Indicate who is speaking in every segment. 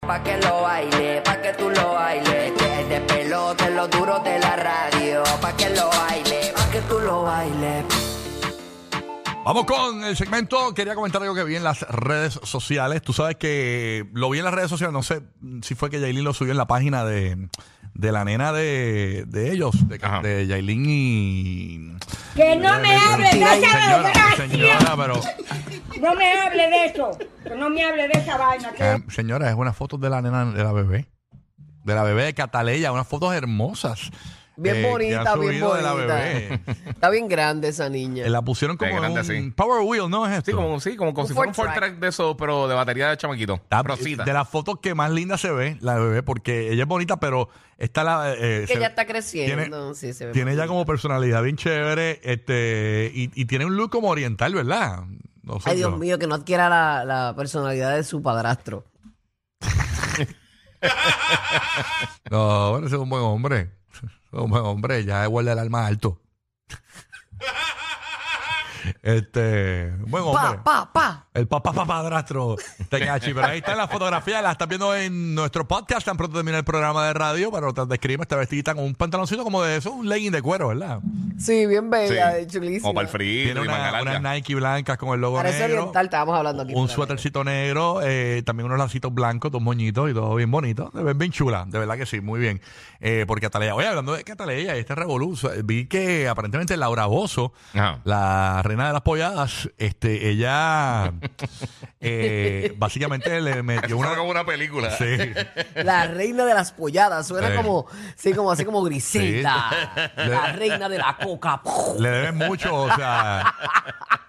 Speaker 1: Pa' que lo baile, pa' que tú lo bailes. Que este pelo de lo duro de la radio. Pa' que lo baile, pa' que tú lo bailes.
Speaker 2: Vamos con el segmento. Quería comentar algo que vi en las redes sociales. Tú sabes que lo vi en las redes sociales. No sé si fue que Yailin lo subió en la página de, de la nena de, de ellos, de,
Speaker 3: Ajá.
Speaker 2: de Yailin y.
Speaker 4: Que no me hable,
Speaker 2: Señora,
Speaker 4: gracias
Speaker 2: señora, pero.
Speaker 4: No me hable de eso. Que no me hable de esa vaina. Que...
Speaker 2: eh, señora, es una foto de la nena de la bebé. De la bebé de Cataleya. Unas fotos hermosas.
Speaker 5: Bien
Speaker 2: eh, que han
Speaker 5: bonita, bien
Speaker 2: subido
Speaker 5: bonita.
Speaker 2: de la bebé.
Speaker 5: Está bien grande esa niña.
Speaker 2: Eh, la pusieron como
Speaker 3: De
Speaker 2: en
Speaker 3: grande,
Speaker 2: un
Speaker 3: sí.
Speaker 2: Power Wheel, ¿no? Es esto.
Speaker 3: Sí, como, sí, como, como
Speaker 5: Un
Speaker 3: si fuera un
Speaker 5: Ford
Speaker 3: Ford
Speaker 5: Track.
Speaker 3: Track de eso, pero de batería de chamaquito.
Speaker 2: Está-
Speaker 3: Rosita.
Speaker 2: De las fotos que más linda se ve, la bebé, porque ella es bonita, pero está la. eh,
Speaker 5: que
Speaker 2: se-
Speaker 5: ya está creciendo.
Speaker 2: Tiene,
Speaker 5: sí, se ve
Speaker 2: tiene
Speaker 5: más
Speaker 2: ya
Speaker 5: linda.
Speaker 2: como personalidad bien chévere este y, y tiene un look como oriental, ¿verdad? No sé
Speaker 5: Ay, Dios
Speaker 2: yo.
Speaker 5: mío, que no adquiera la, la personalidad de su padrastro.
Speaker 2: No, bueno, ese es un buen hombre. Es un buen hombre, ya guarda el alma alto. este, buen hombre.
Speaker 5: Pa, pa, pa.
Speaker 2: El papá papá padrastro Tekashi. Pero ahí está la fotografía, la estás viendo en nuestro podcast. Tan pronto termina el programa de radio, pero te describimos esta vestidita con un pantaloncito como de eso, un legging de cuero, ¿verdad?
Speaker 5: Sí, bien
Speaker 3: Sí.
Speaker 5: bella, eh, chulísima.
Speaker 3: Como para el frío.
Speaker 2: Tiene
Speaker 3: y manga
Speaker 2: una- unas
Speaker 3: larga.
Speaker 2: Nike blancas con el logo
Speaker 5: Parece
Speaker 2: negro.
Speaker 5: oriental, estábamos hablando aquí.
Speaker 2: Un
Speaker 5: fuera.
Speaker 2: suétercito negro, eh, también unos lacitos blancos, dos moñitos y todo bien bonito. Se ven bien chula, de verdad que sí, muy bien. Eh, por Cataleya. Oye, hablando de Cataleya y este revolución, vi que aparentemente Laura Bozo,
Speaker 3: Ajá.
Speaker 2: la reina de las polladas, este, ella eh, básicamente le metió
Speaker 3: Eso
Speaker 2: una.
Speaker 3: suena como una película.
Speaker 2: Sí,
Speaker 5: La reina de las polladas. Suena
Speaker 2: Sí.
Speaker 5: como, sí, como así como grisita. La reina de la coca.
Speaker 2: le deben mucho, o sea.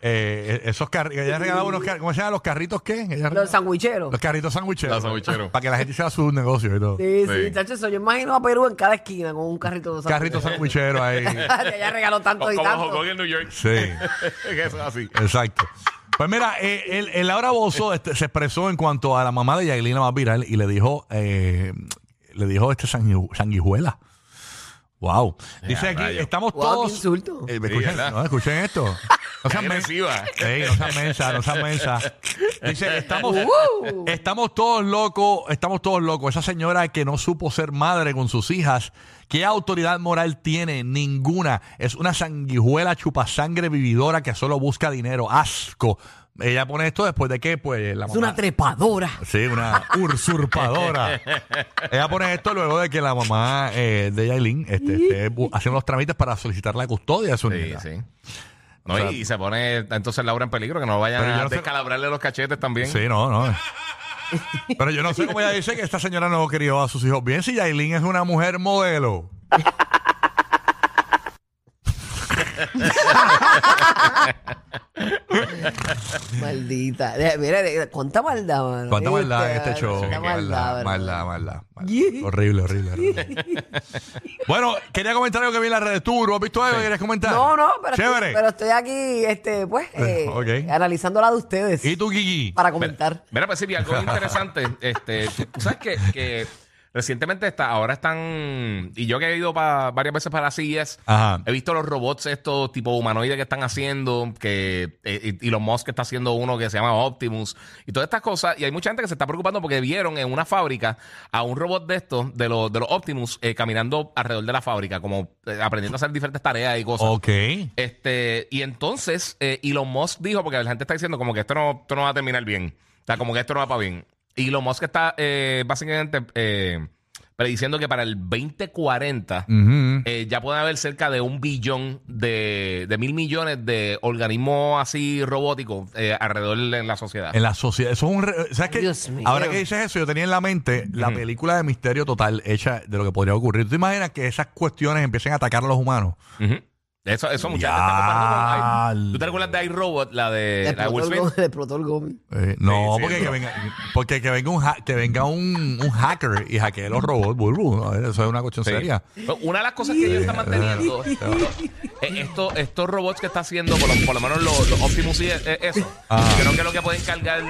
Speaker 2: eh, esos carritos. Ella regalaba unos carritos. ¿Cómo se llaman los carritos qué? Ella regalaba-
Speaker 5: Los sandwicheros.
Speaker 2: los carritos sandwicheros.
Speaker 3: Los sandwicheros.
Speaker 2: Para que la gente hiciera sus negocios y todo.
Speaker 5: Sí, sí,
Speaker 3: Sí.
Speaker 5: chacho, eso. Yo imagino a Perú en cada esquina con un carrito de
Speaker 2: Carritos sandwicheros ahí.
Speaker 5: sandwicheros. Ya regaló tanto
Speaker 3: Como
Speaker 5: y
Speaker 3: como Hong
Speaker 5: tanto.
Speaker 3: Kong en New York.
Speaker 2: Sí.
Speaker 3: que eso es así.
Speaker 2: Exacto. Pues mira, eh, el, el Laura Bozo este, se expresó en cuanto a la mamá de Yailina más viral y le dijo, eh, le dijo este sangu- sanguijuela. Wow. Dice
Speaker 3: Ya,
Speaker 2: aquí,
Speaker 3: rayo.
Speaker 2: estamos
Speaker 5: Guau, qué
Speaker 2: todos.
Speaker 5: insulto.
Speaker 2: Eh, ¿me
Speaker 3: Sí,
Speaker 2: escuchan,
Speaker 3: ¿verdad?
Speaker 2: no, escuchen esto. No
Speaker 3: Qué
Speaker 2: sean men-
Speaker 3: agresiva.
Speaker 2: Ey, no sean mensa, no sean mensa. Dice, estamos,
Speaker 5: Uh.
Speaker 2: estamos todos locos, estamos todos locos. Esa señora que no supo ser madre con sus hijas, ¿qué autoridad moral tiene? Ninguna. Es una sanguijuela chupasangre vividora que solo busca dinero. Asco. Ella pone esto después de que, pues, la
Speaker 5: Es
Speaker 2: mamá.
Speaker 5: una trepadora.
Speaker 2: Sí, una usurpadora. Ella pone esto luego de que la mamá eh, de Yailin este, esté bu- haciendo los trámites para solicitar la custodia de su
Speaker 3: Sí,
Speaker 2: nieta.
Speaker 3: sí. No,
Speaker 2: O sea,
Speaker 3: y se pone entonces Laura en peligro, que no vayan
Speaker 2: Pero yo
Speaker 3: a
Speaker 2: no sé-
Speaker 3: descalabrarle los cachetes también.
Speaker 2: Sí, no, no. Pero yo no sé cómo ella dice que esta señora no crió a sus hijos bien si Yailin es una mujer modelo.
Speaker 5: Maldita. Eh, Mira, eh, cuánta maldad, mano.
Speaker 2: Cuánta maldad en este
Speaker 5: Cuánta
Speaker 2: show.
Speaker 5: Maldad,
Speaker 2: Maldad,
Speaker 5: ¿verdad?
Speaker 2: maldad, maldad. Horrible, horrible, horrible. Bueno, quería comentar algo que vi en las redes. ¿Tú, Ru, has visto algo que querías comentar?
Speaker 5: No, no, pero,
Speaker 2: Chévere.
Speaker 5: Estoy, pero estoy aquí, este, pues,
Speaker 2: Eh,
Speaker 5: eh,
Speaker 2: ok.
Speaker 5: analizando la de ustedes
Speaker 2: ¿Y tú, Kiki?
Speaker 5: para comentar.
Speaker 3: Mira, pues sí, vi algo interesante. este, tú ¿Sabes que, que recientemente está, ahora están. Y yo que he ido pa- varias veces para E CES,
Speaker 2: Ajá.
Speaker 3: he visto los robots estos tipo humanoides que están haciendo, que eh, y- Elon Musk está haciendo uno que se llama Optimus, y todas estas cosas. Y hay mucha gente que se está preocupando porque vieron en una fábrica a un robot de estos, de los, de los Optimus, eh, caminando alrededor de la fábrica, como eh, aprendiendo a hacer diferentes tareas y cosas.
Speaker 2: Ok.
Speaker 3: Este, y entonces eh, Elon Musk dijo, porque la gente está diciendo como que esto no, esto no va a terminar bien. O sea, como que esto no va para bien. Elon Musk está eh, básicamente eh, prediciendo que para el 2040
Speaker 2: Ujú.
Speaker 3: eh, ya puede haber cerca de un billón de, de mil millones de organismos así robóticos eh, alrededor de la sociedad.
Speaker 2: En la sociedad. Eso es un. re- ¿Sabes qué?
Speaker 5: Dios mío.
Speaker 2: Ahora que dices eso, yo tenía en la mente la
Speaker 3: Ujú.
Speaker 2: película de misterio total hecha de lo que podría ocurrir. ¿Tú te imaginas que esas cuestiones empiecen a atacar a los humanos?
Speaker 3: Ujú. Eso, eso muchachos.
Speaker 2: Ya.
Speaker 3: están comparando con- ¿Tú te recuerdas de iRobot, la de la de Will Smith?
Speaker 5: Le explotó el gomi.
Speaker 2: Eh, no,
Speaker 3: Sí, sí,
Speaker 2: porque,
Speaker 3: no.
Speaker 2: que venga, porque que venga un ha- que venga un, un hacker y hackee los robots, Bulbu. A ver, Eso es una cuestión
Speaker 3: Sí.
Speaker 2: seria.
Speaker 3: Una de las cosas que ellos están manteniendo, eh, esto- estos robots que está haciendo, por lo, por lo menos los, los Optimus y eh, eso,
Speaker 2: Ah.
Speaker 3: creo que lo que pueden cargar,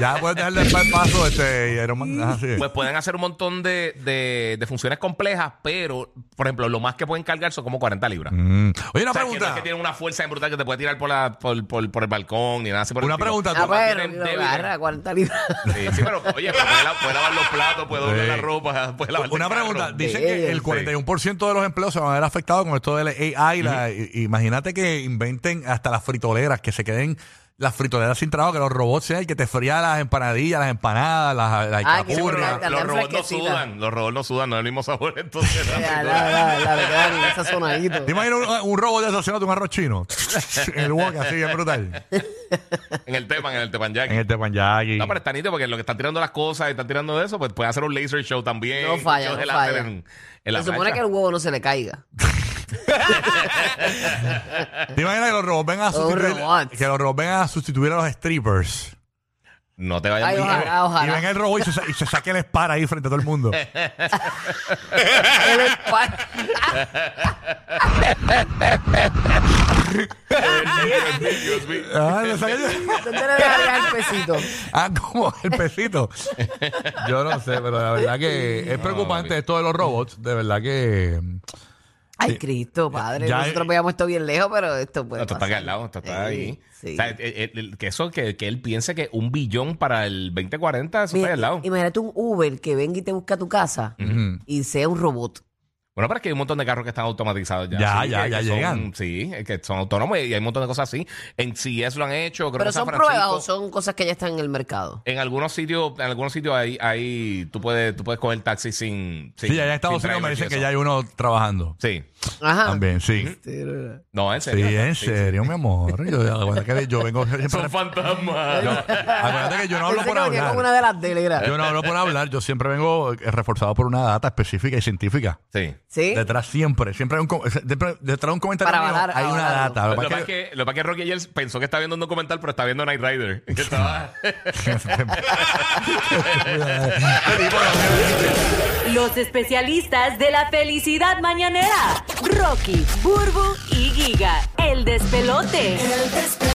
Speaker 2: Ya puedes dejarle el paso este Iron Man. Ah, sí.
Speaker 3: pues pueden hacer un montón de, de- de funciones complejas, pero, por ejemplo, lo más que pueden cargar son como 40 libras.
Speaker 2: Mm. Oye, una
Speaker 3: O sea, que no es
Speaker 2: pregunta.
Speaker 3: que tienen una fuerza brutal que te puede tirar por, la, por, por- por el balcón ni nada así por el
Speaker 2: Una
Speaker 3: estilo.
Speaker 2: pregunta.
Speaker 5: Ah,
Speaker 2: tú-
Speaker 5: bueno,
Speaker 3: tienen
Speaker 5: mira,
Speaker 3: débil,
Speaker 5: agarra 40 libras.
Speaker 3: Sí, sí, pero oye, pero puede, la- puede lavar los platos, puede doblar
Speaker 2: Sí.
Speaker 3: la ropa, puede lavar
Speaker 2: Una
Speaker 3: el carro.
Speaker 2: pregunta. Dicen que el
Speaker 3: Sí.
Speaker 2: 41% de los empleos se van a ver afectados con esto del AI. la- i- Imagínate que inventen hasta las fritoleras, que se queden las fritoleras sin trabajo, que los robots sean el que te fría las empanadillas, las empanadas, las, las
Speaker 5: Ah, que
Speaker 3: Sí, pero
Speaker 5: Burra.
Speaker 3: los-
Speaker 5: Tan-
Speaker 2: alcapurrias.
Speaker 5: tan
Speaker 3: los robots no
Speaker 5: fresquecita.
Speaker 3: sudan, los robots no sudan, no es el mismo sabor entonces.
Speaker 5: la, la,
Speaker 3: la-
Speaker 5: la, la verdad, en esa sonadito.
Speaker 2: ¿Te imaginas un, un robot deshaciéndote un arroz chino? en el wok, así, es brutal.
Speaker 3: en el tema, en el
Speaker 2: En
Speaker 3: tepanyaki.
Speaker 2: el tepanyaki.
Speaker 3: No, pero está nítido porque lo que están tirando las cosas y están tirando de eso, pues puede hacer un laser show también.
Speaker 5: No falla,
Speaker 3: show de
Speaker 5: no
Speaker 3: láser
Speaker 5: falla.
Speaker 3: En, en la
Speaker 5: Se supone
Speaker 3: plancha.
Speaker 5: que el huevo no se le caiga.
Speaker 2: ¿Te imaginas que los robots vengan a
Speaker 5: Los
Speaker 2: sustituir,
Speaker 5: robots.
Speaker 2: que los robots vengan a, sustituir a los strippers?
Speaker 3: No te vayas
Speaker 5: Ay,
Speaker 3: muy lejos.
Speaker 5: ojalá,
Speaker 2: Y
Speaker 5: ojalá.
Speaker 2: venga el robot y se, sa- y se saque el spar ahí frente a todo el mundo.
Speaker 5: El espal-
Speaker 3: Dios mío.
Speaker 2: Ah, le saque el-
Speaker 5: ¿Dónde le dejaría el pesito?
Speaker 2: Ah, como el pesito. Yo no sé, pero la verdad que es preocupante esto de los robots. De verdad que.
Speaker 5: Ay, Cristo, padre.
Speaker 2: Ya-
Speaker 5: Nosotros veíamos esto bien lejos, pero esto puede
Speaker 3: No, esto está
Speaker 5: pasar.
Speaker 3: acá al lado, esto
Speaker 5: Sí,
Speaker 3: está ahí.
Speaker 5: sí.
Speaker 3: O sea, el- el- el- que eso, que, que él piense que un billón para el 2040, eso
Speaker 5: Mira,
Speaker 3: está ahí al lado.
Speaker 5: Imagínate un Uber que venga y te busca a tu casa y sea un robot.
Speaker 3: Bueno, pero es que hay un montón de carros que están automatizados ya.
Speaker 2: Ya,
Speaker 3: sí,
Speaker 2: ya,
Speaker 3: que-
Speaker 2: ya
Speaker 3: que son-
Speaker 2: llegan.
Speaker 3: sí, que son autónomos y hay un montón de cosas así. En CES lo han hecho. creo que
Speaker 5: Pero
Speaker 3: en San
Speaker 5: son pruebas
Speaker 3: Francisco.
Speaker 5: o son cosas que ya están en el mercado.
Speaker 3: En algunos sitios, en algunos sitios ahí, ahí tú puedes, tú puedes coger taxi sin.
Speaker 2: Sí,
Speaker 3: sin-
Speaker 2: allá en Estados
Speaker 3: sin
Speaker 2: Unidos me
Speaker 3: drivers
Speaker 2: dicen
Speaker 3: y
Speaker 2: que
Speaker 3: eso.
Speaker 2: ya hay uno trabajando.
Speaker 3: Sí.
Speaker 5: Ajá.
Speaker 2: También, sí.
Speaker 3: No, en
Speaker 2: Sí,
Speaker 3: serio.
Speaker 2: en serio, mi amor. Yo, acuérdate que yo vengo.
Speaker 3: Son fantasmas.
Speaker 2: Yo- acuérdate que yo no hablo
Speaker 5: Pensé
Speaker 2: por
Speaker 5: que lo tenía
Speaker 2: hablar.
Speaker 5: como una de las teleras.
Speaker 2: Yo no hablo por hablar. Yo siempre vengo eh, reforzado por una data específica y científica.
Speaker 3: Sí.
Speaker 5: ¿Sí?
Speaker 2: Detrás siempre, siempre hay un, com- siempre- detrás de un comentario
Speaker 5: Para
Speaker 2: mío
Speaker 5: avalar-
Speaker 2: hay una
Speaker 5: avalarlo.
Speaker 2: data.
Speaker 3: Lo
Speaker 2: Lo
Speaker 3: que
Speaker 2: que
Speaker 3: pasa
Speaker 2: pasa
Speaker 3: es que, lo que pasa es que Rocky ayer pensó que estaba viendo un documental, pero está viendo Night Rider. Que estaba-
Speaker 6: Los especialistas de la felicidad mañanera. Rocky, Burbu y Giga. El despelote.